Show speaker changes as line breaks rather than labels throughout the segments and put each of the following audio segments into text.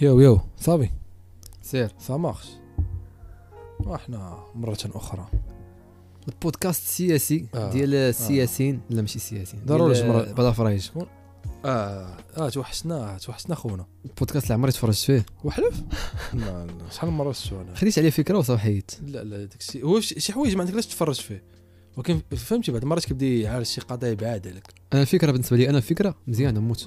يو يو صافي
سير
سا مارش وحنا مرة أخرى
البودكاست السياسي
آه،
ديال السياسيين لا ماشي سياسيين
ضروري
ديال آه،
جمرة-
بلا فرايج
اه اه توحشنا توحشنا خونا
البودكاست اللي عمري تفرجت فيه
وحلف لا، لا، شحال من مرة شفتو انا
خديت عليه فكره وصافي حيدت
لا لا داك الشيء هو شي شي حوايج ما عندك علاش تفرج فيه ولكن فهمتي بعض المرات كيبدا يعارض شي قضايا بعاد عليك
انا الفكره بالنسبه لي انا فكره مزيانه موت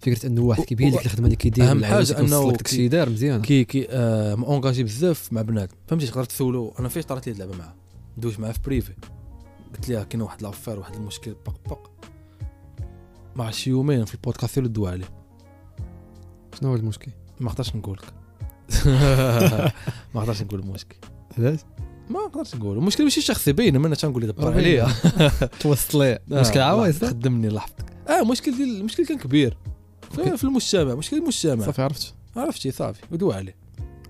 فكره انه واحد
و-
كيبين لك
و-
الخدمه اللي كيدير
أهم
والعلاج
حاجة
اللي كيوصل
أنه
لك داكشي دار مزيانه
كي كي آه اونجاجي بزاف مع بنادم فهمتي تقدر تسولو انا فاش طرات لي اللعبه معاه دوز معاه في بريفي قلت لها كاين واحد لافير واحد المشكل بق بق مع شي يومين في البودكاست اللي دوا عليه
شنو هو المشكل
ما قدرتش نقول لك ما قدرتش نقول المشكل
علاش
ما قدرتش نقول المشكل ماشي شخصي باين ما انا تنقول لك دبر
باين.
عليا
توصل ليه
آه،
مشكل عوايص لا؟
خدمني لحظتك اه مشكل ديال المشكل كان كبير ف-
أوكي.
في المجتمع مشكل المجتمع
صافي عرفت
عرفتي صافي ودوا عليه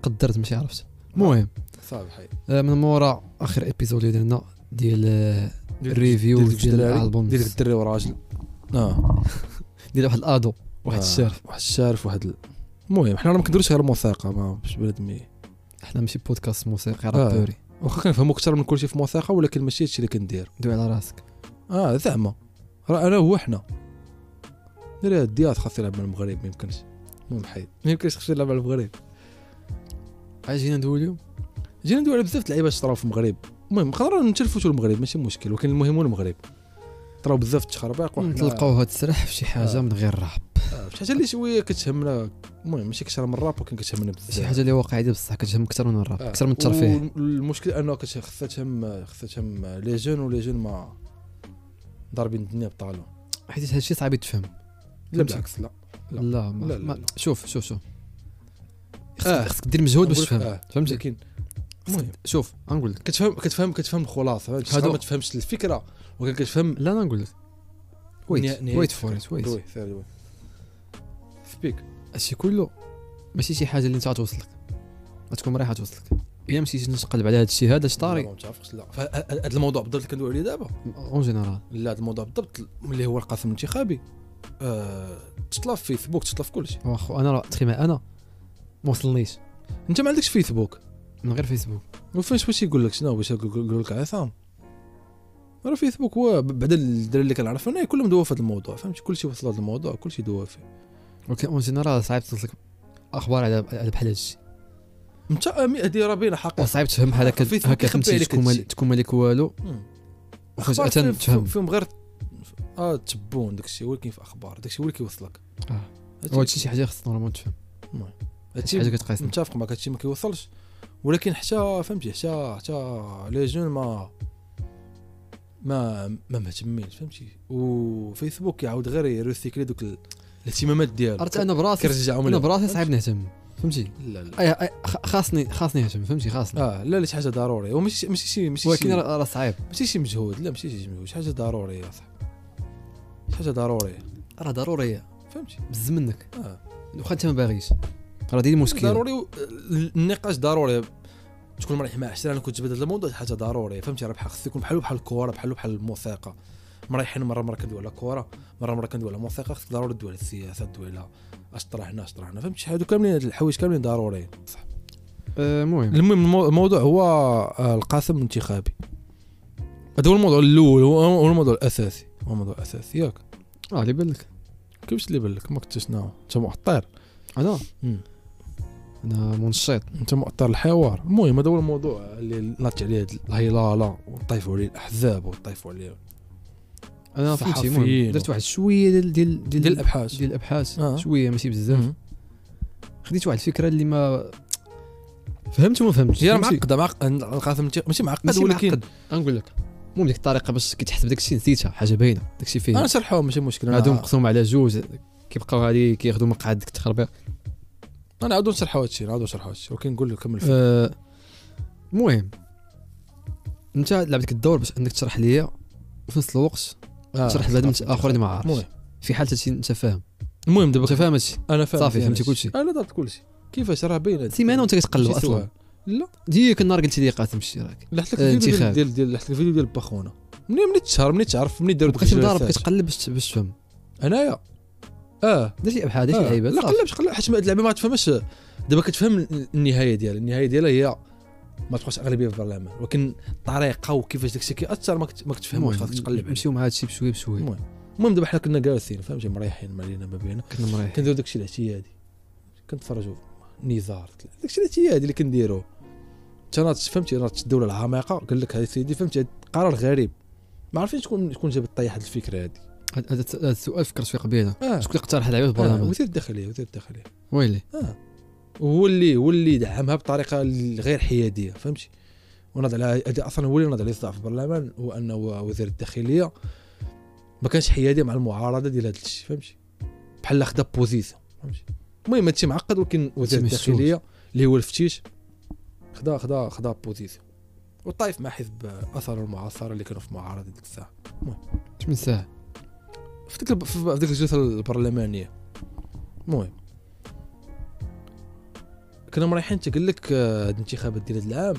قدرت ماشي عرفت المهم
صافي حي
آه، من مورا اخر ابيزود اللي درنا ديال آه، الريفيو
ديال
ديال
الدراري،
الالبوم
ديال الدري وراجل اه
ديال واحد الادو واحد
آه،
الشارف
واحد الشارف واحد ال- المهم حنا راه ما كنديروش غير موسيقى ما باش بنادمي
احنا ماشي بودكاست
آه.
موسيقي رابوري
واخا كنفهمو اكثر من كلشي في موسيقى ولكن ماشي هادشي اللي كندير
دوي على راسك
اه زعما راه انا هو حنا نرى الدياز خاص يلعب مع المغرب ما يمكنش المهم حيد ما يمكنش خاص يلعب مع المغرب
عاد جينا ندوي اليوم
جينا ندوي على بزاف د اللعيبه طراو في المغرب المهم نقدروا نتلفوا المغرب ماشي مشكل ولكن المهم هو المغرب طراو بزاف التخربيق وحنا-
نطلقوها تسرح في شي حاجه
آه.
من غير رعب
آه، شي حاجه اللي شويه كتهمنا المهم ماشي كثر من الراب ولكن كتهمنا بزاف آه،
شي حاجه اللي واقعيه بصح كتهم اكثر من الراب اكثر من الترفيه
المشكل انه كت- خصها تهم خصها تهم لي جون ولي جون ما ضاربين الدنيا بطالون
حيت هادشي صعيب يتفهم
لا بالعكس لا لا.
لا ما-
لا، لا،
ما-
لا.
شوف شوف شوف خصك-
آه.
خصك دير مجهود باش
نقولك
تفهم
آه،
فهمتي
لكن
خصك-
المهم.
شوف غنقول لك
كتفهم كتفهم كتفهم الخلاصه
هادو-
هادو ما تفهمش الفكره ولكن كتفهم
لا انا نقول لك
نهاية-
ويت
نهاية
ويت فور ات
الفكرة.
ويت
وي، سير، وي. سبيك
هادشي كله ماشي شي حاجه اللي انت غتوصلك غتكون رايحه توصلك الا مشيتي نتقلب على هادشي هذا
لا،
شطاري
ما متعرفش لا فه- ه- هاد الموضوع بالضبط اللي كندوي عليه دابا
اون جينيرال
لا هاد الموضوع بالضبط اللي هو القاسم الانتخابي آه، تطلع في فيسبوك تطلع في كلشي
واخو انا راه تخيما انا ما وصلنيش
انت ما عندكش فيسبوك
من غير فيسبوك
وفاش واش يقول لك شنو واش يقول لك عصام راه فيسبوك هو ب- بعد الدراري اللي كنعرف انا كلهم دوا في هذا الموضوع فهمت كلشي وصل هذا الموضوع كلشي دوا فيه
ولكن اون جينيرال صعيب توصلك اخبار على على بحال هادشي
انت هادي راه باينه حقيقه
وصعيب تفهم بحال هكا
فيسبوك
هكا
كيخبي
فهمتي
عليك
تكون مال-
هادشي.
تكون مالك والو
مم.
وفجاه
أخبار فيهم-
تفهم
فيهم غير اه تبون داك الشيء هو اللي كاين في اخبار داك الشيء هو اللي كيوصلك
آه.
هادشي-
وهادشي شي حاجه خص نورمالمون تفهم
هادشي
شي حاجه كتقاسنا
متفق معك هادشي ما كيوصلش ولكن حتى فهمتي حتى حتى لي جون ما ما ما مهتمينش فهمتي وفيسبوك كيعاود غير يروسيكلي دوك ال- الاهتمامات ديالو
عرفت انا براسي
كيرجعهم
انا
لهم
براسي صعيب نهتم فهمتي
لا لا
أي أي خ- خاصني خاصني نهتم فهمتي خاصني
اه لا لا شي حاجه ضروري هو ماشي ماشي شي ماشي
ولكن
شي-
راه راه صعيب
ماشي شي مجهود لا ماشي شي مجهود شي حاجه ضروريه صاحبي شي حاجه ضروريه
راه ضروريه
فهمتي
بز منك
اه
واخا انت ما باغيش راه دي المشكله
ضروري و- النقاش ضروري تكون مريح مع عشرة انا كنت جبد هذا الموضوع حاجه ضروري فهمتي راه بحال خصو يكون بحالو بحال الكره بحالو بحال الموسيقى مريحين مره مره كندوي على الكره مره مره كندوي على الموسيقى خصك ضروري تدوي على السياسه تدوي على اش طرا هنا اش طرا هنا فهمتي هادو كاملين هاد الحوايج كاملين ضروريين صح
آه، المهم
المهم المو- الموضوع هو آه، القاسم الانتخابي هذا هو الموضوع الاول هو هو الموضوع الاساسي هو الموضوع الاساسي ياك
اه اللي بان لك
كيفاش اللي بالك ما كنتش شنو انت محطير
انا
مم.
انا منشط
انت مؤطر الحوار المهم هذا هو الموضوع اللي نات عليه هاد الهيلاله وطيفوا عليه الاحزاب وطيفوا عليه
انا فهمتي
صحفيين.
المهم درت واحد شويه ديال ديال
ديال الابحاث
ديال الابحاث
آه.
شويه ماشي بزاف
مم.
خديت واحد الفكره اللي ما فهمت وما فهمتش
هي راه
فهمتي؟
معقده معقد القاسم تي- ماشي معقد
ماشي
ولكن
معقد. غنقول لك المهم ديك الطريقه باش كيتحسب داك الشيء نسيتها حاجه باينه داك الشيء فيه
انا نشرحوه ماشي مشكل انا
هادو مقسوم على جوج كيبقاو هادي كياخذوا مقعد ديك التخربيق
انا عاودو نشرحوا هادشي نعاودو نشرحوا هادشي ولكن نقول لك كمل الفكرة.
آه، المهم انت لعبت ديك الدور باش انك تشرح ليا وفي نفس الوقت
آه،
تشرح لبنادم
القاسم
اخر اللي ما عارفش
المهم
في حال هادشي انت فاهم
المهم دابا
انت فاهم هادشي
انا فاهم آه،
صافي،
فيها
فهمتي
هادشي.
كلشي.
انا ضربت كلشي كيفاش راه باينه
سيمانه وانت كتقلب
ماشي
اصلا
سؤال. لا
ديك النهار قلت لي قاسم شتي راك
لحت لك
آه،
الفيديو ديال
انتخاب.
ديال ديال لحت لك الفيديو ديال باخونا منين منين تشهر منين تعرف منين داروا
بقيت مضارب
الجلسات.
كتقلب باش باش تفهم
انايا اه
دير شي ابحاث دير شي
آه.
لعيبات
لا
صافي.
قلبش قلب حيت اللعبه ما تفهمش دابا كتفهم النهايه ديالها النهايه ديالها هي ما تبقاش اغلبيه في البرلمان ولكن الطريقه وكيفاش داك الشيء كياثر ما كت- ما كتفهموش خاصك تقلب عليه
نمشيو مع هادشي بشويه بشويه
المهم المهم دابا حنا كنا جالسين فهمتي مريحين ما علينا ما بينا
كنا مريح
كنديرو داك الشيء العشيه هادي كنتفرجوا نزار داك الشيء العشيه هادي اللي كنديروه انت راه تش- فهمتي راه تشدوا للعماقه قال لك هاي سيدي فهمتي هاد قرار غريب ما عارفين شكون شكون جاب طيح هاد الفكره هادي
هاد- هاد هاد السؤال فكرت فيه قبيله
اه
شكون اللي اقترح هاد اللعيبات في
آه،
البرلمان
وثير الداخليه وثير الداخليه
ويلي
اه هو اللي هو اللي دعمها بطريقه غير حياديه فهمتي ونض على هذا اصلا هو اللي نض عليه الصداع في البرلمان هو انه وزير الداخليه ما كانش حيادي مع المعارضه ديال هذا الشيء فهمتي بحال لا خدا بوزيسيون فهمتي المهم هادشي معقد ولكن وزير
هادشي مسؤول.
الداخليه اللي هو الفتيش خدا خدا خدا بوزيسيون والطائف مع حزب اثر المعاصره اللي كانوا في المعارضه ديك الساعه
اش من ساعه
في ديك الب- في في ديك الجلسه البرلمانيه المهم كنا مريحين حتى قال لك آه، هاد الانتخابات ديال هاد العام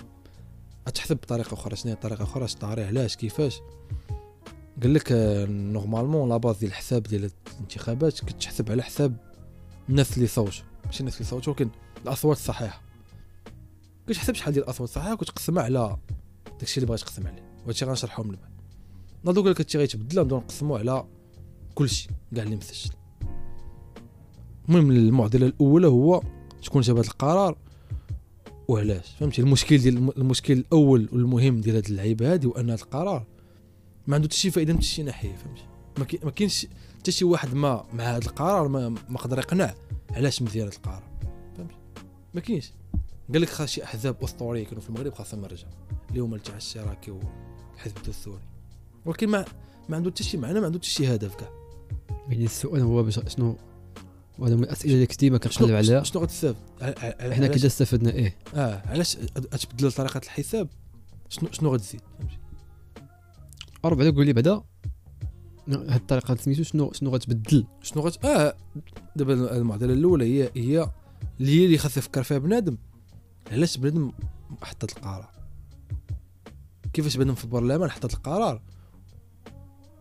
غتحسب بطريقه اخرى شنو هي الطريقه اخرى اش الطريقه علاش كيفاش قال لك آه، نورمالمون لا باز ديال الحساب ديال هاد الانتخابات كتحسب على حساب الناس اللي صوتوا ماشي الناس اللي صوتوا ولكن الاصوات الصحيحه كتحسب شحال ديال الاصوات الصحيحه وكتقسمها على داكشي اللي بغيت تقسم عليه وهادشي غنشرحهم من بعد ناضو قال لك هادشي غيتبدل نبداو نقسموه على كلشي كاع اللي مسجل المهم المعضله الاولى هو شكون جاب هذا القرار وعلاش فهمتي المشكل ديال المشكل الاول والمهم ديال هاد اللعيبه هادي هو ان هاد القرار ما عنده حتى شي فائده من حتى شي ناحيه فهمتي ما كي- ما كاينش حتى شي واحد ما مع هذا القرار ما ما قدر يقنع علاش مزيان هذا القرار فهمتي ما كاينش قال لك خاص شي احزاب اسطوريه كانوا في المغرب خاصهم يرجعوا اللي هما الاتحاد الاشتراكي والحزب الدستوري ولكن ما ما عنده حتى شي معنى ما عنده حتى شي هدف كاع
يعني السؤال هو باش شنو وهذا من الاسئله اللي كنت ديما
شنو
كنقلب عليها
شنو غتستافد ع- ع- ع-
حنا
علاش-
كي استفدنا ايه
اه علاش غتبدل طريقه الحساب شنو شنو غتزيد فهمتي؟
اربع بعدا قول لي بعدا هاد الطريقه سميتو شنو شنو غتبدل
شنو غت اه دابا المعضله الاولى هي هي اللي هي اللي خاص يفكر فيها بنادم علاش بنادم حط هاد القرار كيفاش بنادم في البرلمان حط هاد القرار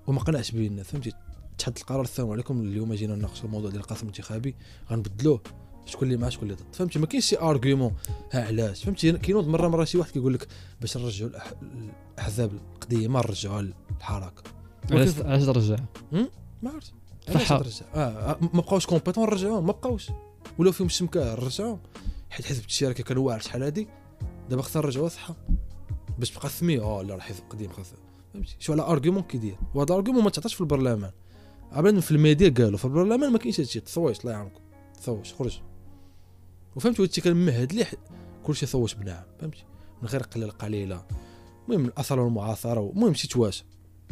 وما قنعش به الناس فهمتي تحط القرار السلام عليكم اليوم جينا نناقشوا الموضوع ديال القسم الانتخابي غنبدلوه شكون اللي مع شكون اللي ضد فهمتي ما كاينش شي ارغيومون ها علاش فهمتي كينوض مره مره شي واحد كيقول لك باش نرجعوا الأح- الاحزاب القديمه نرجعوها للحركه
علاش علاش ترجع
ما عرفت
صح.
علاش ترجع اه آه، ما بقاوش كومبيتون رجعوهم ما بقاوش ولاو فيهم الشمكاه رجعوهم حيت حزب الشركه كان واعر شحال هادي دابا خصنا نرجعوه صحه باش تبقى سميه اه لا راه الحزب قديم خاص فهمتي شو على ارغيومون كيدير وهذا الارغيومون ما تعطاش في البرلمان عبان في الميديا قالوا في البرلمان ما كاينش هادشي تصويش الله يعاونكم تصوش خرج وفهمتي هادشي كان مهد ليه كلشي صوت بنعم فهمتي من غير قله قليله المهم الاثر والمعاصره المهم شي تواشى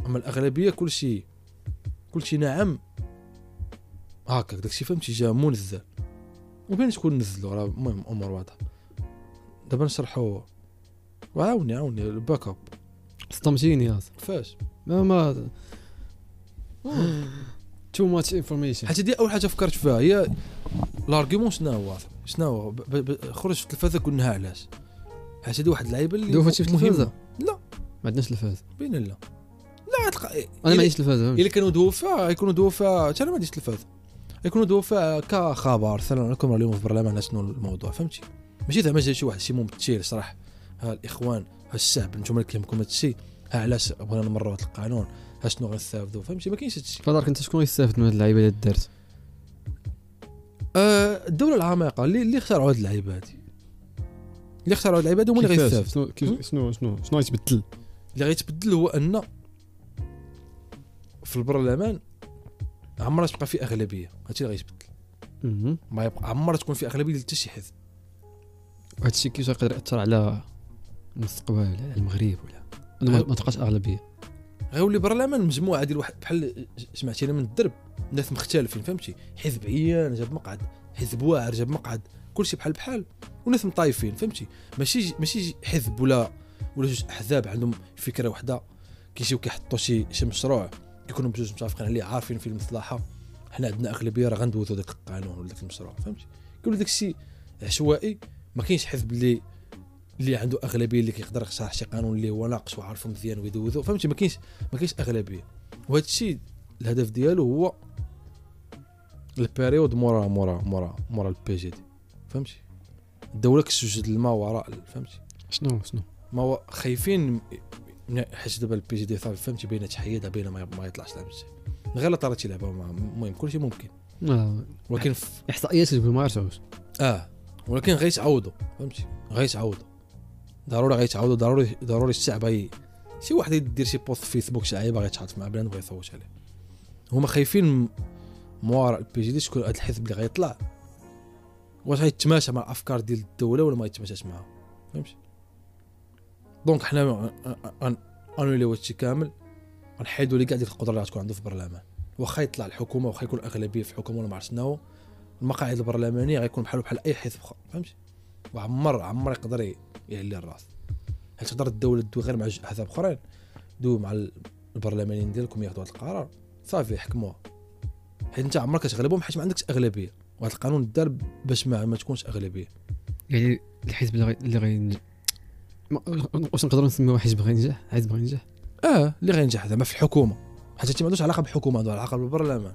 اما الاغلبيه كلشي كلشي نعم هكاك داكشي فهمتي جا منزل وبين شكون نزلو راه المهم امور واضحه دابا نشرحو وعاوني عاوني الباك اب
صدمتيني ياس
كيفاش
ما ما تو ماتش انفورميشن
حيت دي اول حاجه فكرت فيها هي الارغيومون شنو هو شنو هو ب- ب- ب- خرج في التلفازه قلناها علاش حيت هادي واحد اللعيبه اللي
دوك هادشي في
مهمة.
التلفازه
لا.
ما عندناش تلفاز
بين لا لا غتلقى
انا
إلا-
ما عنديش تلفاز
الا كانوا دوا فيها يكونوا دوا فيها حتى انا ما عنديش التلفاز يكونوا دوا فيها كخبر السلام عليكم راه اليوم في البرلمان شنو الموضوع فهمتي ماشي زعما جا شي واحد شي ممثل صراحة ها الاخوان ها الشعب انتم اللي كيهمكم هذا الشيء ها علاش بغينا نمروا هذا القانون ها شنو غنستافدوا فهمتي ما كاينش هذا الشيء
فدارك انت شكون يستافد من هاد اللعيبه اللي دارت
آه، الدوله العميقه اللي اللي اختاروا هاد اللعيبه هادي اللي اختاروا هاد اللعيبه هادي هما اللي
كيفاش؟
غيستافدوا
شنو كيف- شنو شنو شنو غيتبدل
اللي غيتبدل هو ان في البرلمان عمرها تبقى في اغلبيه هادشي اللي غيتبدل
مهم.
ما يبقى عمرها تكون في اغلبيه ديال حتى شي حزب
وهذا الشيء كيفاش يقدر ياثر على المستقبل ولا على المغرب ولا انه ما- ما تبقاش اغلبيه
غيولي برلمان مجموعه ديال واحد بحال سمعتينا من الدرب ناس مختلفين فهمتي حزب عيان جاب مقعد حزب واعر جاب مقعد كلشي بحال بحال وناس مطايفين فهمتي ماشي ماشي حزب ولا ولا جوج احزاب عندهم فكره وحده كيجيو كيحطوا شي شي مشروع يكونوا بجوج متفقين عليه عارفين فيه المصلحه حنا عندنا اغلبيه راه غندوزو داك القانون ولا داك المشروع فهمتي كيولي داك الشيء عشوائي ما كاينش حزب اللي اللي عنده اغلبيه اللي كيقدر يشرح شي قانون اللي هو ناقص وعارفه مزيان ويدوزو فهمتي ما كاينش ما كاينش اغلبيه وهذا الشيء الهدف ديالو هو البيريود مورا مورا مورا مورا البي جي دي فهمتي الدوله كتوجد لما وراء ال- فهمتي
شنو شنو
ما هو خايفين من- حيت دابا البي جي دي صافي فهمتي بين تحيدها بين ما ما يطلعش لعب الشيء غير لا طرات يلعبها المهم كلشي ممكن
آه،
ولكن في
احصائيات كتقول ما يرجعوش
اه ولكن غيتعوضوا فهمتي غيتعوضوا ضروري غيتعوضوا ضروري ضروري الشعب غي شي واحد يدير شي بوست في فيسبوك شي عيبه غيتحط مع بلان وغيصوت عليه هما خايفين م- من وراء البي جي دي شكون هذا الحزب اللي غيطلع واش غيتماشى مع الافكار ديال الدوله ولا ما يتماشاش معاها فهمتي دونك حنا انوليو هادشي كامل غنحيدو ليه كاع ديك القدره اللي غتكون عنده في البرلمان واخا يطلع الحكومه واخا يكون اغلبيه في الحكومه ولا ما عرفت شناهو المقاعد البرلمانيه غيكون بحال بحال اي حزب اخر فهمتي وعمر عمر يقدر ي- يعلي الراس حيت تقدر الدوله تدوي غير مع جوج احزاب اخرين دوي مع ال- البرلمانيين ديالكم ياخذوا هذا القرار صافي يحكموها حيت انت عمرك كتغلبهم حيت ما عندكش اغلبيه وهذا القانون دار باش ما, ما تكونش اغلبيه
يعني الحزب اللي غي... اللي غينجح ما- واش نقدروا نسميوه حزب غينجح حزب غينجح
اه اللي غينجح زعما في الحكومه حتى ما عندوش علاقه بالحكومه عنده علاقه بالبرلمان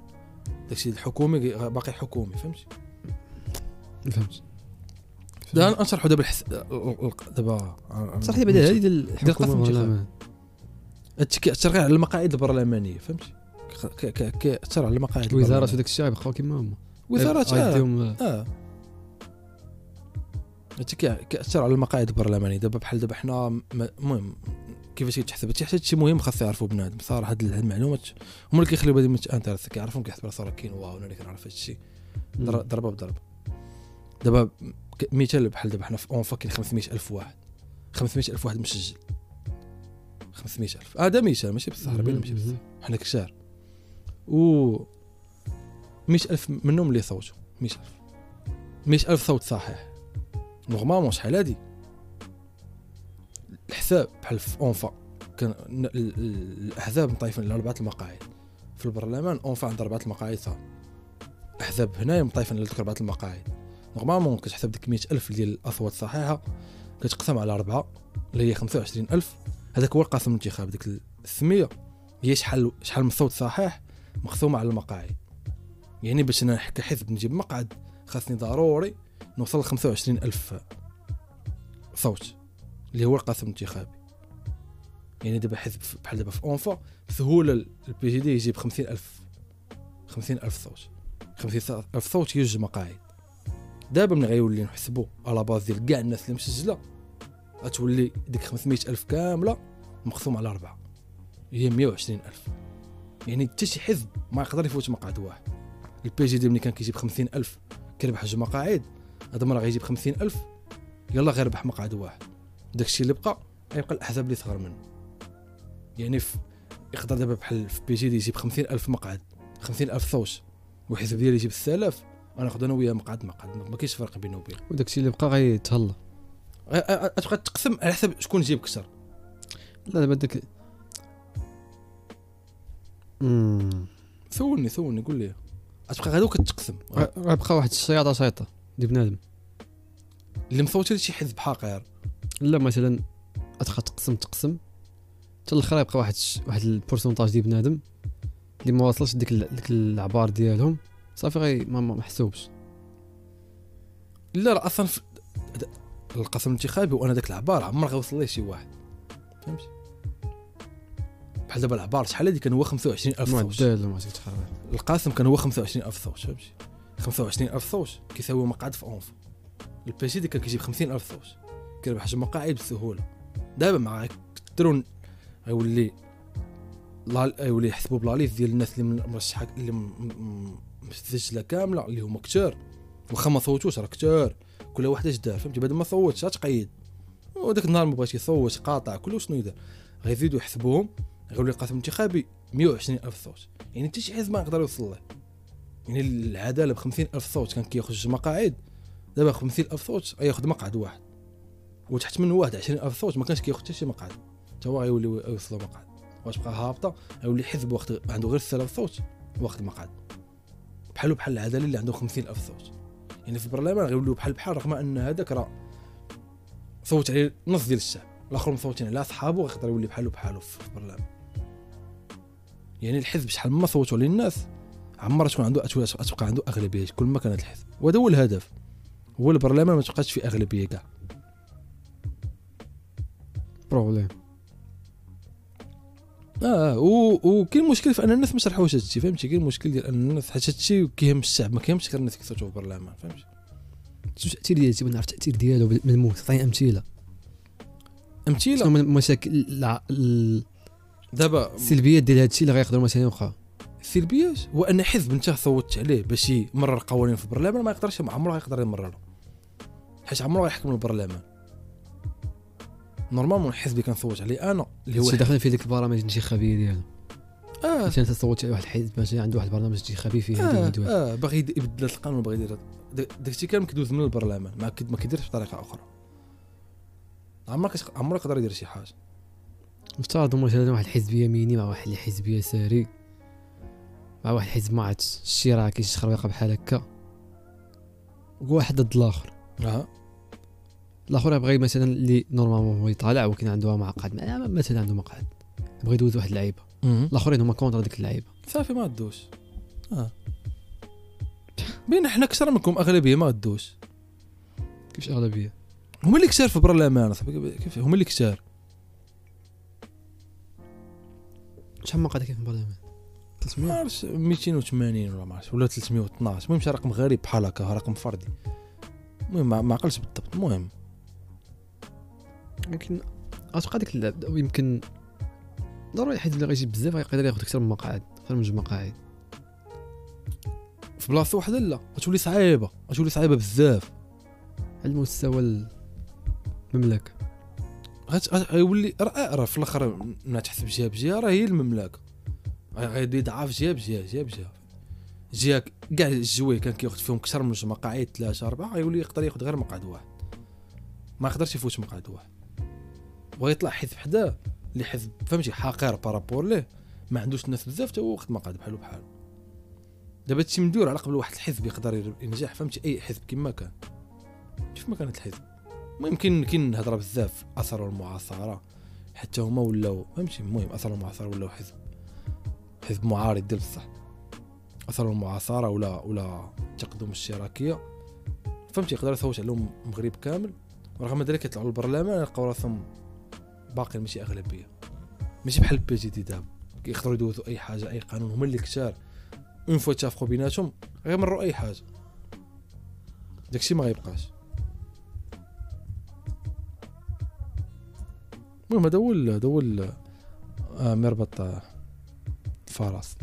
داكشي الحكومي باقي حكومي فهمتي
ما فهمتش
دابا نشرحوا دابا الحس- دابا
صح لي بعدا هذه ديال
القسم
الحكومه
والانتخاب.
والبرلمان.
تأثر غير على المقاعد البرلمانيه فهمتي ك- ك- كيأثر على المقاعد
الوزارات
البرلمانية.
وداك الشيء غيبقاو كيما هما
وزارات اه
غيديهم
اه هادشي كي- كيأثر على المقاعد البرلمانيه دابا بحال دابا حنا م- المهم كيفاش كيتحسب هادشي حتى هادشي مهم خاص يعرفوا بنادم صراحه هاد المعلومات هما اللي كيخليو بنادم يتانترس كيعرفهم كيحسب راسو راه كاين واو انا اللي كنعرف هادشي ضر- ضربه بضربه دابا ك- مثال بحال دابا حنا في اون فاكين 500 الف واحد 500 الف واحد مسجل 500 الف هذا مثال ماشي بصح راه باين ماشي بصح حنا كشار و 100000 ألف منهم اللي صوتوا 100000 ألف 100000 ألف صوت صحيح نورمالمون شحال هادي الحساب بحال في اونفا كان ن- ال- ال- الاحزاب مطايفين على اربعه المقاعد في البرلمان اونفا عند اربعه المقاعد صافي احزاب هنايا مطايفين على ذوك اربعه المقاعد نورمالمون كتحسب ديك 100000 ألف ديال الاصوات الصحيحه كتقسم على اربعه اللي هي 25000 هذاك هو القاسم الانتخابي ديك السميه هي شحال شحال من صوت صحيح مقسومه على المقاعد يعني باش انا نحك- كحزب نجيب مقعد خاصني ضروري نوصل ل 25 الف صوت اللي هو القاسم الانتخابي يعني دابا حزب في- بحال دابا في اونفا بسهوله البي جي دي يجيب 50 الف 50 الف صوت 50 الف صوت يوجد مقاعد دابا من غيولي نحسبوا على باز ديال كاع الناس اللي مسجله غتولي ديك 500 الف كامله مقسوم على اربعه هي 120 الف يعني حتى شي حزب ما يقدر يفوت مقعد واحد البي جي دي ملي كان كيجيب 50000 الف كيربح جوج مقاعد هذا المره غيجيب 50000 الف يلا غيربح مقعد واحد داكشي اللي بقى غيبقى الاحزاب اللي صغر منه يعني في يقدر دابا بحال في بي جي دي يجيب 50000 الف مقعد 50000 الف صوت وحزب ديالي يجيب 6000 غناخذ انا وياه مقعد مقعد ما كاينش فرق بينه وبينه
وداك الشيء اللي بقى غيتهلا
غي- غي- غتبقى تقسم على حسب شكون جيب كثر
لا دابا داك
ثولني ثولني قول لي غتبقى غدا وكتقسم
راه راه بقى واحد الشياطه شيطه ديال بنادم
اللي مصوت لشي حزب حقير
لا مثلا تبقى تقسم تقسم حتى الاخر يبقى واحد الش- واحد البورسونتاج ديال بنادم اللي ما واصلش ديك ال- ديك العبار ديالهم صافي غي ما ما محسوبش
لا راه اصلا في د- القسم الانتخابي وانا ذاك العبار عمر غيوصل ليه شي واحد فهمت بحال دابا العبار شحال هذه كان هو 25000 صوت
معدل وما تخرب
القاسم كان هو 25000 صوت فهمت 25000 صوت كيساوي مقعد في اونف البي سي دي كان كيجيب 50000 صوت كيربح جوج مقاعد بسهوله دابا مع كثروا غيولي لا غيولي يحسبوا بلا ليست ديال الناس اللي من- مرشحه اللي م- م- مسجله كامله اللي هما كثار واخا ما صوتوش راه كثار كل واحد اش دار فهمتي بعد ما صوتش غتقيد وداك النهار ما بغاش يصوت قاطع كله شنو يدير غيزيدوا يحسبوهم غيولي القاسم الانتخابي 120000 صوت يعني حتى شي حزب ما يقدر يوصل له يعني العداله ب 50000 صوت كان كياخذ جوج مقاعد دابا 50000 صوت غياخذ مقعد واحد وتحت منه واحد 20000 صوت ما كانش كياخذ حتى شي مقعد حتى هو غيولي يوصلوا مقعد وتبقى هابطه غيولي حزب وقت عنده غير 6000 صوت واخد مقعد بحالو بحال العداله اللي عنده 50000 صوت يعني في البرلمان غيوليو بحال بحال رغم ان هذاك راه صوت عليه نص ديال الشعب الاخر مصوتين على صحابو غيقدر يولي بحالو بحالو في البرلمان يعني الحزب شحال ما صوتوا عليه الناس عمرها تكون عنده أتولاش تبقى عنده اغلبيه كل ما كانت الحزب وهذا هو الهدف هو البرلمان ما تبقاش فيه اغلبيه كاع
بروبليم
اه و- وكاين مشكل في ان الناس ما شرحوش هذا الشيء فهمتي كاين مشكل ديال ان الناس حيت هذا الشيء كيهم الشعب ما كيهمش غير الناس كيصوتوا في البرلمان فهمتي
شنو التاثير ديالو تيبغي نعرف التاثير ديالو من الموت عطيني امثله شنو
امثله
هما المشاكل الع-
دابا
السلبيات ديال هادشي اللي غيقدروا مثلا يوقعوا
السلبيات هو ان حزب انت صوتت عليه باش يمرر قوانين في البرلمان ما يقدرش ما عمره يقدر يمرره حيت عمره يحكم البرلمان نورمالمون الحزب اللي كنصوت عليه انا اللي هو
شي داخلين في ديك البرامج الانتخابيه ديالو
اه
مثلا تصوت على واحد الحزب مثلا عنده واحد البرنامج انتخابي فيه هادي
اه,
وهادي وهادي.
آه باغي يد- يبدل القانون باغي يدير داكشي كامل كيدوز من البرلمان ما كيد- ما كيديرش بطريقه اخرى عمرك كتق- عمرك يقدر يدير شي حاجه
نفترضوا مثلا واحد الحزب يميني مع واحد الحزب يساري مع واحد الحزب ما عرفتش الشراكي شي خرويقه بحال هكا واحد ضد الاخر
اه
الاخر يبغي مثلا اللي نورمالمون هو يطالع ولكن عنده معقد ما- ما- مثلا عنده معقد يبغي يدوز واحد اللعيبه الاخرين هما كونتر ديك اللعيبه
صافي ما غدوش اه بين حنا كثر منكم اغلبيه ما غدوش
كيفاش اغلبيه
هما اللي كثار في البرلمان صاحبي كيف هما اللي كثار
شحال ما قادك في البرلمان 300
ما عرفتش 280 ولا ما عرفتش ولا 312 المهم شي رقم غريب بحال هكا رقم فردي المهم ما- ما عقلتش بالضبط المهم
يمكن اتوقع ديك اللعب يمكن ضروري الحزب اللي غيجيب بزاف غيقدر ياخذ اكثر من مقعد اكثر من جوج مقاعد
في بلاصه واحده لا غتولي صعيبه غتولي صعيبه بزاف
على مستوى المملكه
غت- غت- غيولي راه راه في الاخر ما تحسب جهه بجهه راه هي المملكه غي- غيدي ضعاف جهه بجهه جهه بجهه جهه كاع الجوي كان كياخذ فيهم اكثر من جوج مقاعد ثلاثه اربعه غيولي يقدر ياخذ غير مقعد واحد ما يقدرش يفوت مقعد واحد ويطلع حزب حداه اللي حزب فهمتي حقير بارابور ليه ما عندوش الناس بزاف حتى هو واخد مقعد بحالو بحالو دابا هادشي مدير على قبل واحد الحزب يقدر ير- ينجح فهمتي اي حزب كما كان كيف ما كانت الحزب المهم كاين كاين الهضره بزاف اثر المعاصره حتى هما ولاو فهمتي المهم اثر المعاصره ولاو حزب حزب معارض ديال بصح اثر المعاصره ولا ولا تقدم الشراكيه فهمتي يقدر يصوت عليهم المغرب كامل ورغم ذلك يطلعوا للبرلمان يلقاو راسهم باقي ماشي اغلبيه ماشي بحال البي جي دي دابا كيقدروا يدوزوا اي حاجه اي قانون هما اللي كثار اون فوا اتفقوا بيناتهم غيمروا اي حاجه داكشي ما غيبقاش المهم هذا هو ال- هذا هو ال- آه، مربط آه، الفرس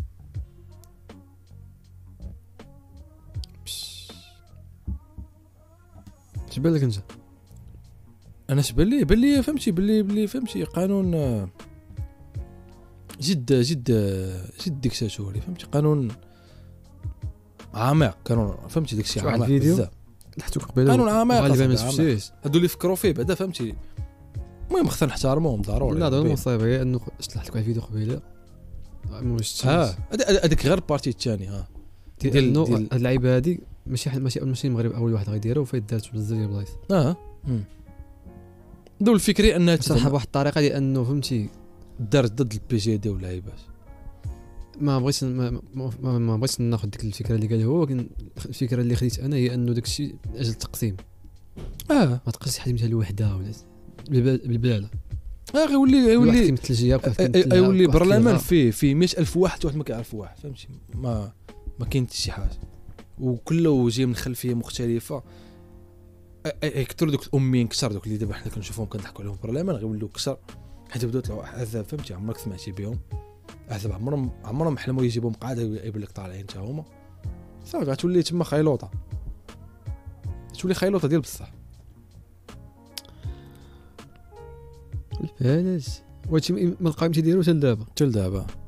اش بالك انت
انا شبان لي بان لي فهمتي بلي بلي فهمتي قانون آه، جد جد آه، جد ديكتاتوري فهمتي قانون عميق قانون فهمتي داكشي
شو واحد
عميق
الفيديو؟
بزاف
لحتوك قبيله
قانون عامة
غالبا ما
قصد عامة.
شفتيش
هادو اللي فكروا فيه بعدا فهمتي المهم خصنا نحترموهم ضروري
لا ضروري
بيه.
المصيبه هي انه شلحت لك واحد الفيديو قبيله ما شفتيش
اه هاد- هاد- هاديك غير البارتي الثاني ها
ديال
ديال-
انه
ديال-
هاد اللعيبه هادي ماشي حل- ماشي ماشي المغرب اول واحد غيديرها فايت دارت في بزاف ديال البلايص
اه مم. دول الفكري انها
شرحها بواحد الطريقه ديال انه فهمتي
دارت ضد البي جي دي واللعيبات
ما بغيتش ما, ما, ما- ما بغيتش ناخذ ديك الفكره اللي قال هو ولكن الفكره اللي خديت انا هي انه داك الشيء من اجل التقسيم
اه
ما تبقاش شحال مثال وحده ولا بالب- بالبلالة
اه غيولي
واحد
غيولي
كيمثل جهه وواحد كيمثل
اي
واحد
واللي
كيبغى.
برلمان فيه فيه 100000 واحد واحد ما كيعرف واحد فهمتي ما ما كاين حتى شي حاجه وكله جاي من خلفيه مختلفه أ- أ- يكثروا دوك الاميين كثر دوك اللي دابا حنا كنشوفهم كنضحكوا عليهم في البرلمان غيولوا كثر حيت بداو يطلعوا احزاب فهمتي عمرك سمعتي بهم احزاب عمرهم عمرهم حلموا يجيبوا مقعد يبان لك طالعين حتى هما صافي غتولي تما خيلوطه تولي خيلوطه ديال بصح
علاش وهادشي ما ما لقاو يديروا حتى لدابا
حتى لدابا
حتى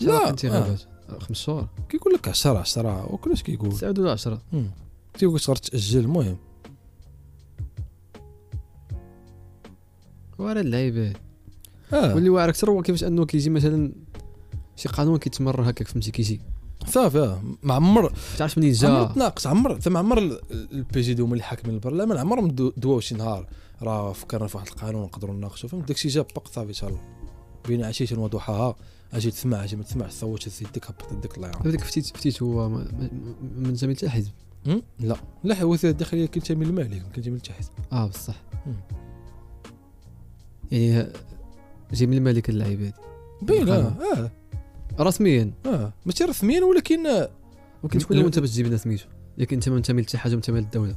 لا، آه،
لا آه. انتخابات خمس شهور
كيقول لك 10 10 وكلاش كيقول
تسعود ولا 10
مم. تيقول لك تقدر تاجل المهم
ورا اللعيبه
اه
واللي واعر اكثر هو كيفاش انه كيجي مثلا شي قانون كيتمر هكاك فهمتي كيجي
صافي اه ما عمر
ما تعرفش منين
عمر
جا
تناقص عمر ثم عمر ال- البي جي دي هما اللي حاكمين البرلمان عمرهم دو- دواو شي نهار راه فكرنا في واحد القانون نقدروا نناقشوا فهمت داكشي جا باق صافي ان شاء الله بين عشيه وضحاها اجي تسمع اجي ما تسمعش صوت شد يدك هبط يدك الله يرحمك
هذاك فتيت فتيت هو ما- ما- ما- من جميع حتى حزب
أم؟ لا لا الوثيقه الداخليه كنتمي لما عليك ما كنتمي للتحزب
اه بصح
مم.
يعني ها- جميل مالك اللعيبه هذه
باين
القانون.
اه اه
رسميا
اه ماشي رسميا ولكن آه،
ممكن
م-
تكون
لا-
لو انت باش تجيب الناس سميتو ياك انت منتمي لحتى حاجه منتمي للدوله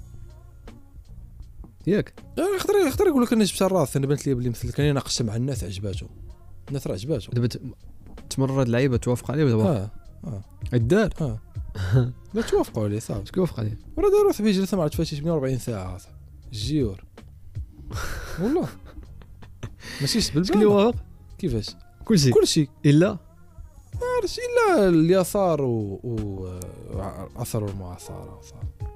ياك
يقدر يقدر يقول لك انا جبتها الراس انا بانت لي بلي مثل كان ناقشت مع الناس عجباتو الناس راه عجباتو
دابا ت- تمرر هاد اللعيبه توافق عليه ولا وافق
اه
الدار
اه لا توافقوا عليه صافي
شكون وافق عليه
وراه داروا صاحبي جلسه ما عرفت فاش 48 ساعه صاحبي. الجيور والله ماشي
شكون اللي
بالبال
وافق
كيفاش
كلشي
كلشي
الا
عرفتي الا اليسار و, و... آه، اثر المعاصره صافي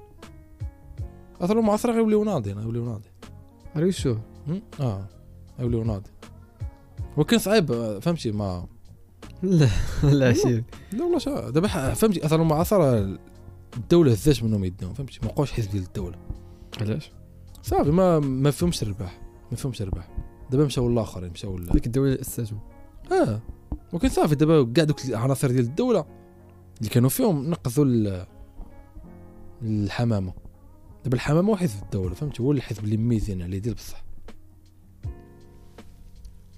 اثر المعاصره غيوليو ناضين غيوليو ناضين
عرفتي شو
مم؟ اه غيوليو ناضين وكان صعيب آه، فهمتي ما
لا لا شي
لا والله شا... دابا ح- فهمتي اثر المعاصره الدوله هزات منهم يدهم فهمتي ما بقاوش حزب ديال الدوله
علاش
صافي ما ما فيهمش ربح ما فيهمش ربح دابا مشاو للاخرين مشاو ل...
ديك الدوله اللي اسساتهم
اه ولكن صافي دابا كاع دوك العناصر ديال الدوله اللي كانوا فيهم نقصوا ال- الحمامه دابا الحمامه هو حزب الدوله فهمتي هو الحزب اللي ميزين عليه ديال بصح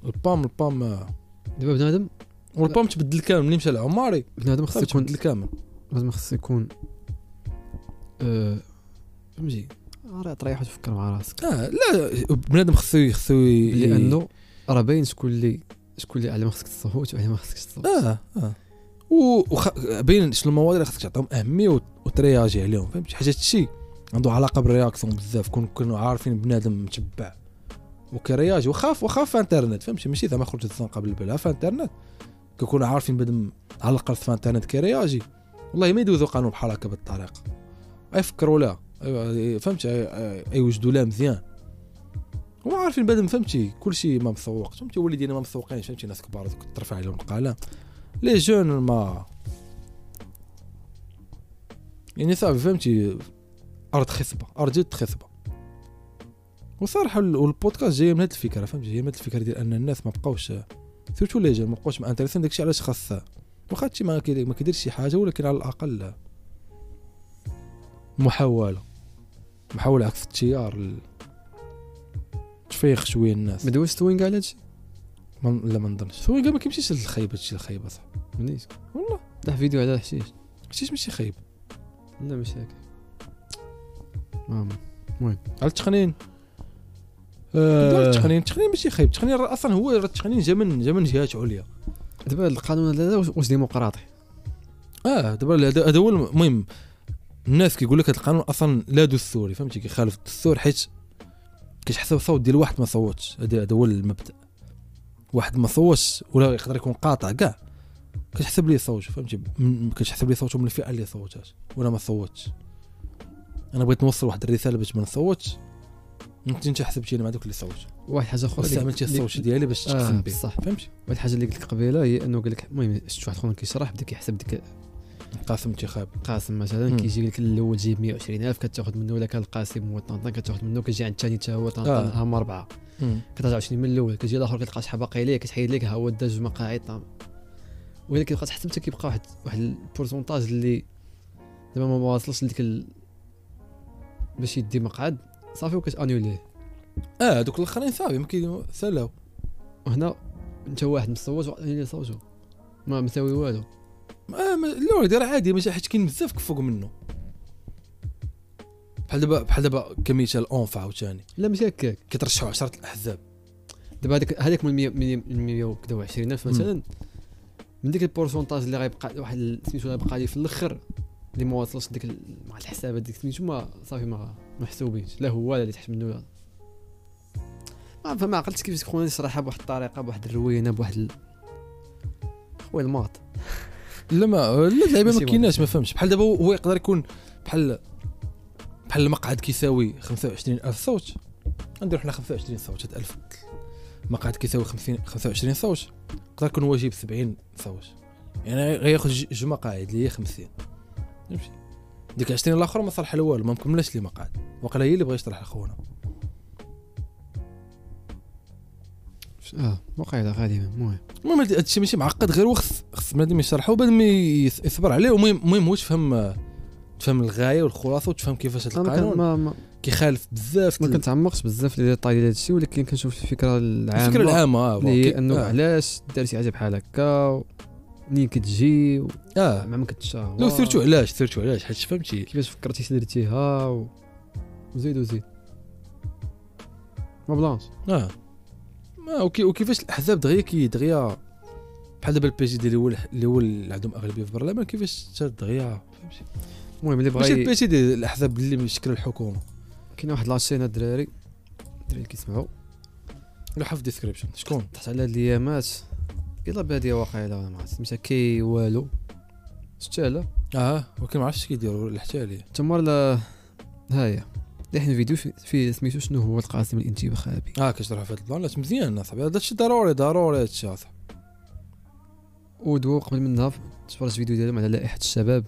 البام البام آه،
دابا بنادم
والبام تبدل كامل ملي مشى لعماري
بنادم خصو
خصو
يكون
تبدل كامل
لازم خصو يكون آه، فهمتي آه، راه طريح وتفكر مع راسك إيه.
اه لا بنادم خصو خصو ي-
لانه راه باين شكون اللي شكون اللي على ما خصك تصوت وعلى ما خصكش تصوت
اه اه و وخ... باين شنو المواد اللي خصك تعطيهم اهميه وت- وترياجي عليهم فهمت شي حاجه هادشي عنده علاقه بالرياكسيون بزاف كون كانوا عارفين بنادم متبع وكرياجي وخاف وخاف في انترنت فهمتي ماشي زعما خرج الزنقه بالبلا في انترنت كيكونوا عارفين بنادم على الاقل في انترنت كرياجي والله ما يدوزوا قانون بحال هكا بالطريقه يفكروا لها أي- فهمتي أي- أي- يوجدوا لها مزيان هما عارفين بنادم فهمتي كلشي ما مسوق فهمتي والدينا ما مسوقينش فهمتي ناس كبار دوك ترفع عليهم القلم لي جون ما يعني صافي فهمتي ارض خصبه ارض جد خصبه وصراحه ال- والبودكاست جاي من هاد الفكره فهمتي جاي من هاد الفكره ديال ان الناس ما بقاوش سيرتو لي جون ما بقاوش مانتريسين داكشي علاش خاص واخا هادشي ما كيدير ما كيديرش شي حاجه ولكن على الاقل محاوله محاوله عكس التيار ل- تفيخ شويه الناس
ما دوزش توين كاع على هادشي
ما لا ما نظنش هو كاع ما كيمشيش للخايب هادشي الخايب صح
منيت
والله
طاح فيديو على الحشيش
هادشي ماشي خايب
لا ماشي هكا
على التقنين كندوي على
آه،
التقنين التقنين ماشي خايب التقنين راه اصلا هو راه التقنين جا من جا من جهات عليا
دابا هاد القانون هذا واش- واش ديمقراطي
اه دابا لا- هذا هذا هو الم- المهم الناس كيقول لك هذا القانون اصلا لا دستوري فهمتي كيخالف الدستور حيت كيحسب صوت ديال واحد ما صوتش هذا هذا هو المبدا واحد ما صوتش ولا يقدر يكون قاطع كاع كتحسب ليه صوته فهمتي م- م- كتحسب ليه صوته من الفئه اللي صوتات ولا ما صوتش انا بغيت نوصل واحد الرساله باش ما نصوتش انت انت حسبتيني مع دوك اللي صوت
واحد حاجه اخرى اللي-
استعملتي
اللي-
الصوت ديالي باش
آه،
تقسم به
بصح.
فهمتي
واحد الحاجه اللي قلت لك قبيله هي انه قال لك المهم شفت واحد خونا كيشرح بدا كيحسب ديك
قاسم انتخاب
قاسم
مم.
مثلا كيجي لك الاول جيب 120000 كتاخذ منه ولا كان القاسم هو طنطا كتاخذ منه كيجي عند الثاني حتى هو
آه.
طنطا هم اربعه كترجع 20 من الاول كتجي الاخر كتلقى شحال باقي ليه كتحيد لك ها هو دا جوج مقاعد طام وإلا كيبقى حتى انت كيبقى واحد واحد البورسونتاج اللي دابا ما واصلش لديك ال... باش يدي مقعد صافي وكتانيوليه
اه دوك الاخرين صافي ما كي سالاو
وهنا انت واحد مصوت واحد اللي صوتو ما مساوي والو
ما آه، ما لا ولدي راه عادي ماشي حيت كاين بزاف كفوق منه بحال دابا بحال دابا كمثال اونفا عاوتاني
لا ماشي هكاك
كيترشحوا 10 الاحزاب
دابا هذاك هذاك من 100 من 100 وكذا و20000 مثلا من ديك البورسونتاج اللي غيبقى واحد ال- سميتو غيبقى لي في الاخر اللي ما واصلش ديك ال- مع الحسابات ديك سميتو ما صافي ما محسوبينش لا هو لا اللي تحت منه لا ما فما عقلتش كيفاش خونا يشرحها بواحد الطريقه بواحد الروينه بواحد ال... خويا الماط
لا ما لا اللعيبه
ماشي
ما كايناش ما فهمش بحال دابا هو- هو يقدر يكون بحال بحال المقعد كيساوي 25000 صوت نديرو حنا 25 صوت هاد 1000 المقعد كيساوي 50 25 صوت يقدر يكون هو جايب 70 صوت يعني غياخذ ج- جوج مقاعد اللي هي 50 فهمتي ديك 20 الاخر ما صالحه لوالو ما مكملاش لي مقعد وقال هي اللي بغا يشرح لخونا
اه واقيلا غالبا المهم
المهم هاد الشيء ماشي معقد غير هو خص خص بنادم يشرحه وبنادم يث- يثبر عليه المهم المهم هو تفهم تفهم الغايه والخلاصه وتفهم كيفاش هذا
انا كان
القانون
ما ما,
كيخالف بزاف
ما
ال-
كنتعمقش بزاف في لي ديتاي ديال هادشي ولكن كنشوف الفكره العامه
الفكره العامه اه
اللي هي
كي-
انه
آه.
إيه، علاش دار شي حاجه بحال هكا و- منين كتجي و-
اه
مع ما كتشهوى
لو سيرتو علاش سيرتو علاش حيت فهمتي
كيفاش فكرتي سدرتيها و... وزيد وزيد ما بلانش
اه ما آه، وكي وكيفاش الاحزاب دغيا كي دغيا بحال دابا البي جي دي اللي هو اللي هو اللي عندهم اغلبيه في البرلمان كيفاش صار دغيا فهمتي
المهم اللي
ماشي البي
بغى
جي دي الاحزاب اللي مشكل الحكومه
كاين واحد لاشين هاد الدراري الدراري اللي كيسمعوا
لوحه في الديسكريبشن شكون
تحت على هاد الايامات يلا باديه واقيلا ما عرفت سميتها كي والو شتي على
اه ولكن ما عرفتش كيديروا الاحتياليه
تمر لا هايا دحين فيديو في- فيه سميتو شنو هو القاسم الانتخابي
اه كتشرح في هذا البلان لا مزيان اصاحبي هذا الشيء ضروري ضروري هذا الشيء اصاحبي
ودوا قبل منها تفرجت فيديو ديالهم على لائحه الشباب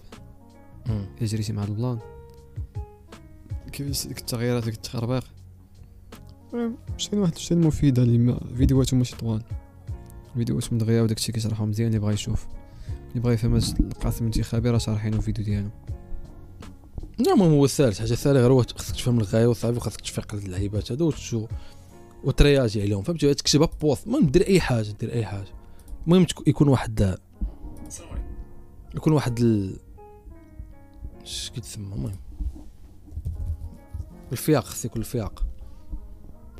الا جريتي مع البلان كيفاش ديك التغييرات ديك التخربيق شي واحد الشيء مفيده اللي ما فيديوهاتهم ماشي طوال فيديوهاتهم دغيا وداك الشيء كيشرحوه مزيان اللي بغا يشوف اللي بغا يفهم هاد القاسم الانتخابي راه شارحينه في الفيديو ديالو
لا المهم هو الثالث حاجه الثانيه غير هو خصك تفهم الغايه وصافي وخصك تفيق هاد اللعيبات هادو وتشو وترياجي عليهم فهمتي تكتبها بوست المهم دير اي حاجه دير اي حاجه المهم تك- يكون واحد يكون واحد ال اش كيتسمى المهم الفياق خص يكون الفياق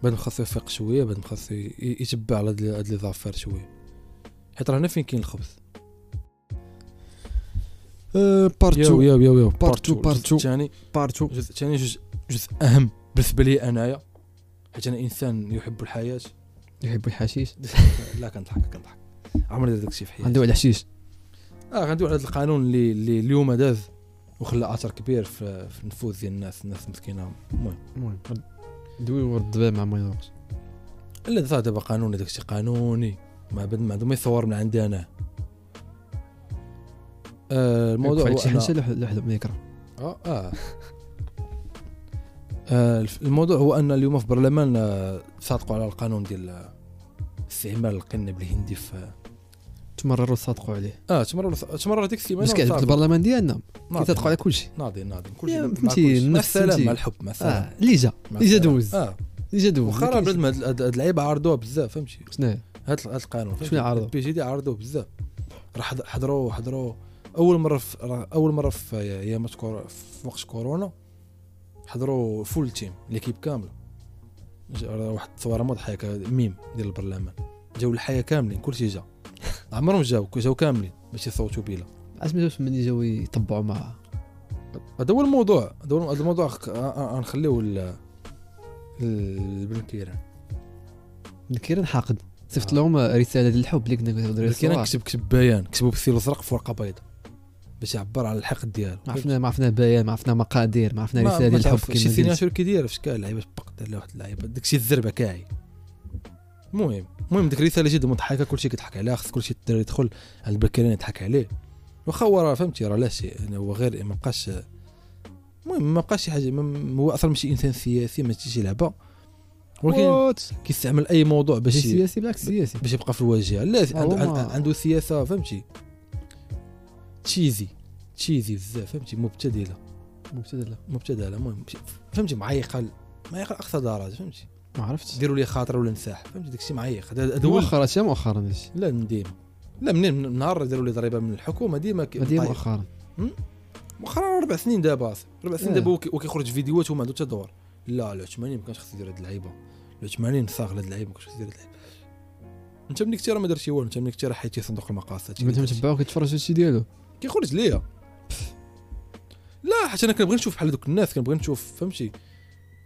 بعد خاصو يفيق شويه بعد خاصو ي- يتبع على هاد ال- هاد لي زافير شويه حيت راه هنا فين كاين الخبز
آه،
يو
بارتو
يو يو يو
بارتو، بارتو.
الثاني
بارتو
الجزء الثاني جزء جزء اهم بالنسبه لي انايا حيت انا انسان يحب الحياه
يحب الحشيش
لا كنضحك كنضحك عمري درت داكشي في حياتي
عنده على الحشيش
اه غندوي على هذا القانون اللي اللي اليوم داز وخلى اثر كبير في في النفوذ ديال الناس الناس مسكينه المهم
المهم دوي ورد الدباب مع ما ينوقش
الا دازا دابا قانوني داكشي قانوني ما بد ما عندهم يصور من عندي انا آه الموضوع هو
شي
أنا-
حاجه لوحده لوحده ميكرا
اه اه آه، الف- الموضوع هو ان اليوم في البرلمان آه، صادقوا على القانون ديال آه، استعمال القنب الهندي في
تمرروا صادقوا عليه
اه تمرر تمرر هذيك السيمانه
بس كيعجبك
صافي.
البرلمان ديالنا
ناضي،
كيتدقوا على كلشي
ناضي ناضي كل
يا
شيء مع
فهمتي،
كل شيء. مع
النفس
السلام
فهمتي.
مع الحب مع السلام
اه اللي جا
مع
إجا
السلام.
دوز.
اه
اللي جا دوز
وخا راه بنادم هاد- هاد هاد اللعيبه عرضوها بزاف فهمتي
شنو هي؟
هاد ال- هاد القانون فهمتي؟
شنو عرضوا؟
البي جي دي عرضوه بزاف راه حض- حضروا حضروا اول مره في راه اول مره في ايامات كور- في وقت كورونا حضروا فول تيم ليكيب كامله جا- راه واحد التصويره مضحكه ميم ديال البرلمان جاو الحياه كاملين كلشي جا عمرهم جاو جاو كاملين باش يصوتوا بيلا
عرفت ما جاوش ملي جاو يطبعوا مع
هذا هو الموضوع هذا هو- هذا الموضوع خ- آه، آه، غنخليوه ل- لبن كيران
كيران حاقد صيفط
آه.
لهم رساله ديال الحب اللي كنا كنهضروا
كيران
عليها
كتب كتب بيان كتبوا بالثيل الازرق في ورقه بيضاء باش يعبر على الحقد ديالو
ما عرفنا ما عرفنا بيان ما عرفنا مقادير ما عرفنا رساله ديال الحب
تعرف شي
كما قلت.
سيناتور كيدير في شكل لعيبه بقى دار لها واحد اللعيبه داكشي الزربه كاعي المهم المهم ديك الرساله جد مضحكه كلشي كيضحك عليها خص كلشي الدري يدخل على البكرين يضحك عليه واخا هو راه فهمتي راه لا شيء يعني هو غير ما بقاش المهم ما بقاش شي حاجه ما- هو اصلا ماشي انسان سياسي ماشي شي لعبه ولكن
What؟
كيستعمل اي موضوع
شي
باش
سياسي بالعكس سياسي
باش يبقى في الواجهه لا
آه،
عنده,
هما-
عنده سياسه فهمتي تشيزي تشيزي بزاف فهمتي مبتذله
مبتدأ لا
مبتذله المهم فهمتي معيقه معيقه لاقصى درجه فهمتي
ما عرفتش
ديروا لي خاطر ولا نساح فهمتي داكشي معيق هذا هذا هو ال-
مؤخرا حتى مؤخرا هادشي
لا من ديما لا منين من نهار داروا لي ضريبه من الحكومه ديما كي-
هادي هي
طايح.
مؤخرا
مؤخرا ربع سنين دابا أصاحبي. ربع سنين
آه.
دابا هو كي- هو كيخرج فيديوهات وما عنده حتى دور لا العثماني ما كانش خصو يدير هاد اللعيبه العثماني صاغ هاد اللعيبه ما كانش خصو يدير هاد اللعيبه انت ملي كنتي راه ما درتي والو انت ملي كنتي راه حيتي صندوق المقاصد
كنت متبعو كيتفرج هادشي ديالو
كيخرج ليا لا حيت انا كنبغي نشوف بحال دوك الناس كنبغي نشوف فهمتي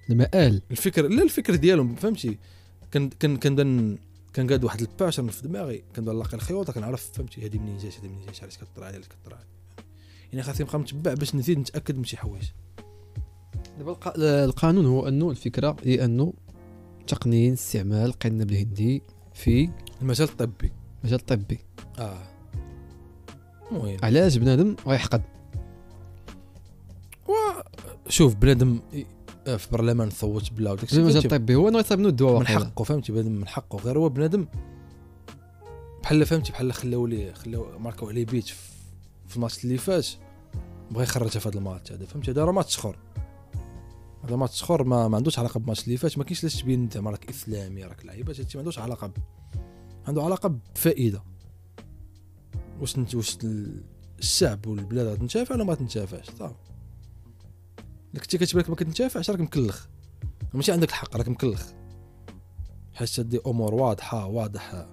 المآل
الفكر لا الفكر ديالهم فهمتي كان كان كان دن كان قاد واحد الباشر في دماغي كنلاقي الخيوط كنعرف فهمتي هذه منين جات هذه منين جات علاش كطلع علاش كطلع يعني خاصني نبقى متبع باش نزيد نتاكد من شي حوايج
دابا الق- القانون هو انه الفكره هي انه تقنين استعمال القنب الهندي في
المجال الطبي
المجال الطبي
اه المهم
علاش بنادم غيحقد
شوف بنادم آه، في برلمان ثوت بلا وداك
زعما جا
الشيء
الطبي هو انه يصيب له الدواء
من
وقيلا.
حقه فهمتي بنادم من حقه غير هو بنادم بحال فهمتي بحال خلاو ليه خلاو ماركو عليه بيت في- في الماتش اللي فات بغى يخرجها في هذا الماتش هذا فهمتي هذا راه ماتش شخور هذا ماتش شخور ما, ما عندوش علاقه بالماتش اللي فات ما كاينش لاش تبين زعما راك اسلامي راك لعيبات هادشي ما عندوش علاقه ب... عنده علاقه بفائده واش نت واش ال- الشعب والبلاد غتنتفع ولا ما تنتفعش صافي الا كنتي كتبان لك ما كتنتفعش راك مكلخ ماشي عندك الحق راك مكلخ حيت هاد دي امور واضحه واضحه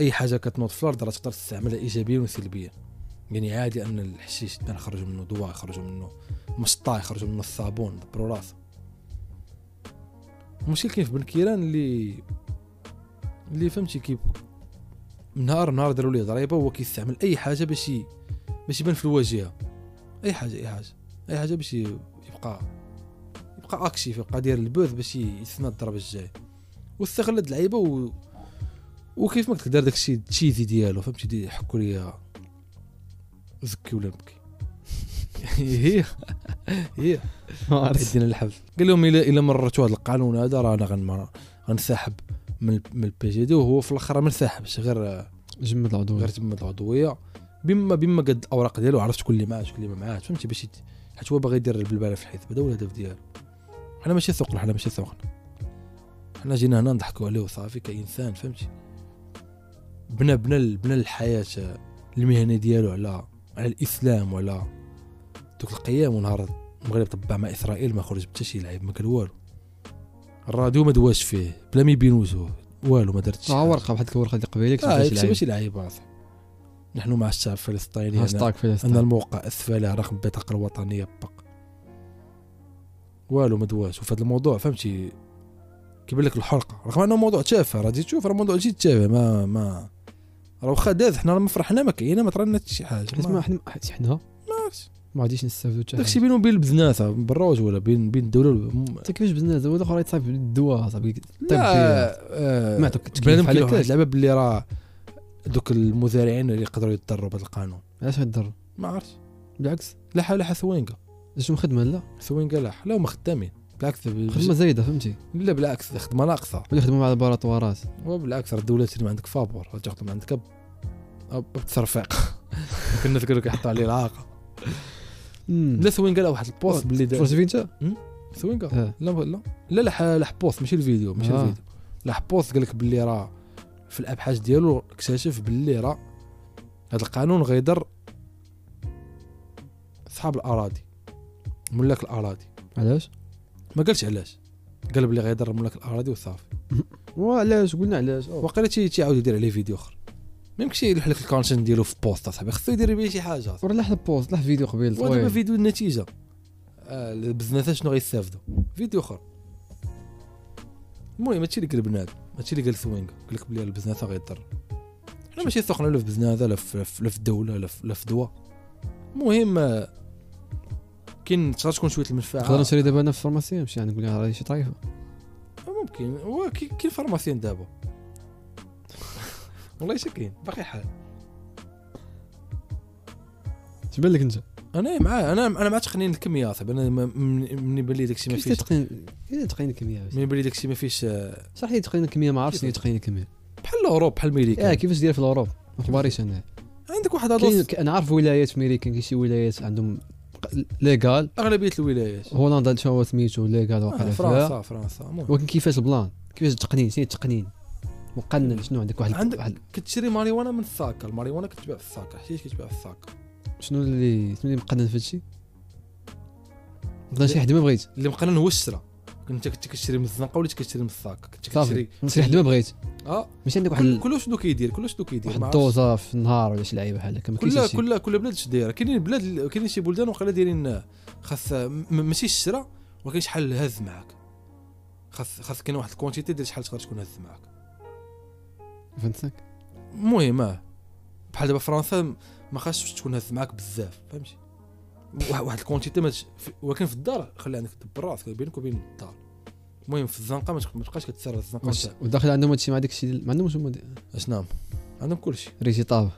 اي حاجه كتنوض في الارض راه تقدر تستعملها ايجابيا وسلبيا يعني عادي ان الحشيش تبان خرجوا منه دواء خرجوا منه مسطا خرجوا منه الصابون دبروا راسه المشكل كاين في بن كيران اللي اللي فهمتي كيب نهار نهار داروا ليه ضريبه وهو كيستعمل اي حاجه باش ي- باش يبان في الواجهه اي حاجه اي حاجه اي حاجه باش ي- يبقى يبقى اكشيف يبقى داير البوث باش ي- يتسنى الضربه الجايه واستغل هاد اللعيبه و... وكيف ما قلت لك دار داكشي التشيزي ديالو فهمتي دي حكوا ليا زكي ولا نبكي هي هي ادينا الحبل قال لهم الا الا مررتوا هذا القانون هذا راه انا غنمر- غنسحب من ال- من البي جي دي وهو في الاخر ما انسحبش غير
جمد العضو
غير تمت العضويه بما بما قد الاوراق ديالو عرف شكون اللي معاه شكون اللي ما معاه فهمتي باش يت- حيت هو باغي يدير البلبله في الحيط هذا هو الهدف ديالو حنا ماشي ثقل حنا ماشي ثقل حنا جينا هنا نضحكوا عليه وصافي كانسان فهمتي بنى بنى ال- بنى الحياه المهنيه ديالو على على الاسلام وعلى دوك القيم ونهار المغرب طبع مع اسرائيل ما خرج حتى شي لعيب ما كان والو الراديو ما دواش فيه بلا ما يبين وجهه والو ما درتش
راه ورقه بحال ديك الورقه اللي قبيله كتبقى
اه
شي
يكتب
لعيب.
ماشي لعيب واضح نحن مع الشعب الفلسطيني أن-
هاشتاك في
ان
الهاشتاك.
الموقع اسفله رقم البطاقه الوطنيه بق والو ما دواش وفي هذا الموضوع فهمتي كيبان لك الحرقه رغم انه موضوع تافه راه تجي تشوف راه موضوع جد تافه ما ما راه واخا داز حنا راه ما فرحنا ما كاين ما طرالنا حتى شي حاجه
حيت ما حنا حيت حنا
عرفتش.
ما غاديش نستافدوا
داكشي
حتى داكشي
بينهم بين البزناس بالروج ولا بين بين الدوله والم-
حتى كيفاش بزنس هو الاخر يتصايب بالدواء صاحبي
لا آه،
ما عطوك التكليف
بنادم
بحال
كيلوح
هكا.
واحد اللعبه باللي راه دوك المذارعين اللي يقدروا يضروا بهذا القانون
علاش هضر
ما عرفتش
بالعكس
لاح لاح ثوينقه
شنو خدمه لا
ثوينقه لاح لا هما خدامين بالعكس
خدمه زايده فهمتي
لا بالعكس خدمه ناقصه
ولا خدمه مع الباراتوارات
وبالعكس راه الدولة تخدم عندك فابور راه تخدم عندك ب- ب- بترفيق كنا كانوا كيحطوا عليه العاقه لا ثوينقه لا واحد البوست باللي دار
فرجتي انت
ثوينقه
اه
لا لا لا لا ح- لا بوست ماشي الفيديو ماشي
آه.
الفيديو لا بوست قال لك باللي راه في الابحاث ديالو اكتشف باللي راه هذا القانون غيضر اصحاب الاراضي ملاك الاراضي
علاش
ما قالش علاش قال بلي غيضر ملاك الاراضي وصافي
وعلاش قلنا علاش أوه.
وقيلا تي- تيعاود يدير عليه فيديو اخر ما يمكنش يلوح لك الكونتنت ديالو في بوست اصاحبي خصو يدير به شي حاجه
ورا لاح البوست لاح فيديو قبيل
ودابا
طويل
فيديو النتيجه آه البزنس شنو غيستافدوا فيديو اخر المهم هادشي اللي قال بنادم هادشي اللي قال سوينغ قال لك بلي البزنس غيضر حنا ماشي ثقنا لا في بزنس لا في لا في- لا في الدوله لا في لا في دواء المهم آه، كاين تقدر تكون شويه
نقدر
المنفعه
نشري دابا انا في الفارماسي نمشي عندك نقول لها راه شي طايفه
ممكن هو كي- كاين فارماسيين دابا والله شي كاين باقي حال
اش بان لك انت
انا إيه، معاه انا انا مع تقنين الكميه صاحبي انا ما- من- من بان لي داكشي ما
كيفاش
فيش
تقنين كيفاش تقنين الكميه
من بان لي داكشي ما فيش آه،
صح لي تقنين الكميه ما عرفتش شنو هي تقنين الكميه
بحال الاوروب بحال
اه
الميريكان
كيفاش داير في الاوروب ما كباريش انا
عندك واحد
كاين-
هادوس
ك- انا عارف ولايات في امريكا كاين شي ولايات عندهم ليغال
اغلبيه الولايات
هولندا شنو هو سميتو ليغال
آه،
واقيلا فيها
فرنسا فرنسا المهم.
ولكن كيفاش البلان كيفاش التقنين شنو هي التقنين مقنن شنو عندك واحد
عندك-
واحد
كتشري ماريوانا من الساكا الماريوانا كتباع في الساكا حشيش كتباع في الساكا
شنو اللي شنو اللي مقنن في هادشي نقدر نشري حد ما بغيت
اللي مقنن هو الشرا انت كنت كتشري من الزنقه ولا كتشري من الساكا كنت
صافي
كتشري
نشري حد ما بغيت
اه
ماشي عندك
كل-
واحد
كل شنو كيدير كل شنو كيدير
واحد
ما عرفتش.
الدوزه في النهار ولا شي لعيبه بحال هكا ما كاينش
كل
هادشي.
كل كل بلاد اش دايره كاينين بلاد كاينين شي بلدان وقيلا دايرين خاص م- ماشي الشراء ولكن شحال هز معاك خاص خاص كاين واحد الكونتيتي ديال شحال تقدر تكون هز معاك
فهمتك
المهم اه بحال دابا فرنسا م- ما خاصش تكون هز معاك بزاف فهمتي واحد واحد الكونتيتي ما تش- في- ولكن في الدار خلي عندك دبر راسك بينك وبين الدار المهم في الزنقه ما تك- ما تبقاش كتسرى الزنقه
واش-
نتاع-
وداخل عندهم هادشي مع داكشي ديال- ما عندهمش هما دي-
اشنام عندهم كلشي
ريجي طابه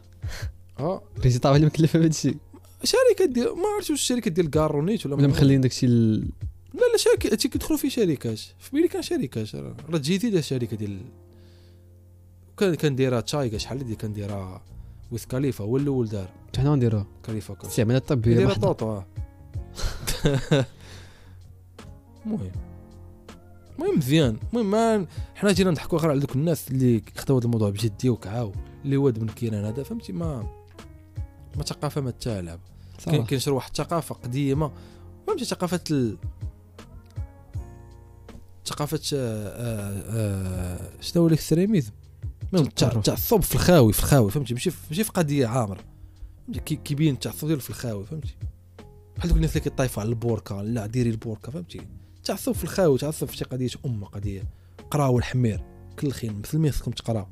اه
ريجي طابه اللي مكلفه بهادشي
شركه ديال ما عرفتش واش الشركه ديال كارونيت ولا
ولا
ما-
مخلين داكشي ال-
لا على شركه هادشي كيدخلوا فيه شركات في بيلي كان شركات راه راه جيتي ديال الشركه ديال كان كنديرها تشايكا شحال اللي كنديرها ويز كاليفا هو الاول دار
حتى حنا نديروها
كاليفا كان
الاستعمالات الطبيه
ديرها
بوحدها
طوطو اه المهم المهم مزيان المهم ما- حنا جينا نضحكوا غير على دوك الناس اللي خداو هذا الموضوع بجديه وكعاو اللي واد من كيران هذا فهمتي ما ما ثقافه ما تالعب كاين
صراحة.
كينشر واحد الثقافه قديمه فهمتي ثقافه ال... ثقافه آه، آه، آه، شنو هو الاكستريميزم المهم، التع-
التطرف.
التعصب في الخاوي في الخاوي فهمتي ماشي في- ماشي في قضيه عامره فهمتي كي- كيبين التعصب ديالو في الخاوي فهمتي بحال دوك الناس اللي كيطايفوا على البوركه لا ديري البوركه فهمتي تعصب في الخاوي تعصب في شي قضيه امه قضيه قراو الحمير كل خين مسلمين خصكم تقراو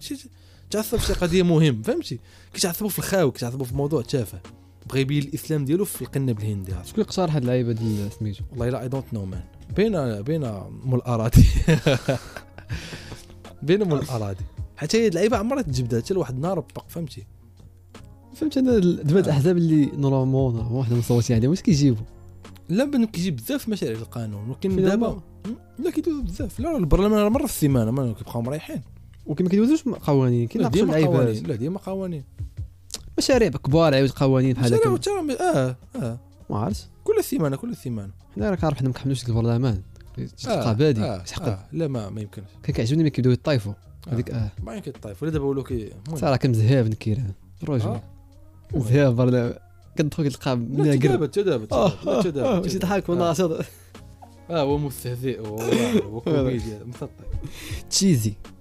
شي تعصب في شي قضيه مهم فهمتي كيتعصبوا في الخاوي كيتعصبوا في موضوع تافه بغى يبين الاسلام ديالو في القنب الهندي عرفت؟
شكون اللي قصار هاد اللعيبه ديال سميتو
والله لا اي دونت نو مان بين بين مول الاراضي بين مول الاراضي حتى هي اللعيبه عمرها تجبدها حتى لواحد النهار بق فهمتي
فهمت انا ال- دابا هاد الاحزاب اللي نورمالمون هما واحد المصوتين عليهم واش كيجيبوا
لا بان كيجي بزاف مشاريع القانون ولكن
فين
دابا
هما؟
لا كيدوز بزاف لا البرلمان راه مره في السيمانه ما كيبقاو مريحين
وكما كيدوزوش قوانين كيناقشوا
ديما
اللعيبه
قوانين
هاد.
لا ديما قوانين
مشاريع كبار عاود قوانين بحال
مشاريع
هكا
وترى- اه اه
ما عرفتش
كل سيمانه كل سيمانه
حنا راك عارف حنا ما كنحملوش ديك البرلمان
آه،
تلقى بادي
آه،
يسحقد
آه، لا ما ما يمكنش
كان كيعجبني ملي كيبداو يطايفوا
آه.
هذيك اه
ما يمكن الطايف ولا دابا ولاو كي المهم.
صراحه كان مزهاب نكير الرجل
آه.
مزهاب برلمان كندخل كتلقى
لا
مناقر
تدابا تدابا
آه، آه،
تدابا
شي ضحك وناصر
آه، اه هو مستهزئ هو هو كوميديا مسطح
تشيزي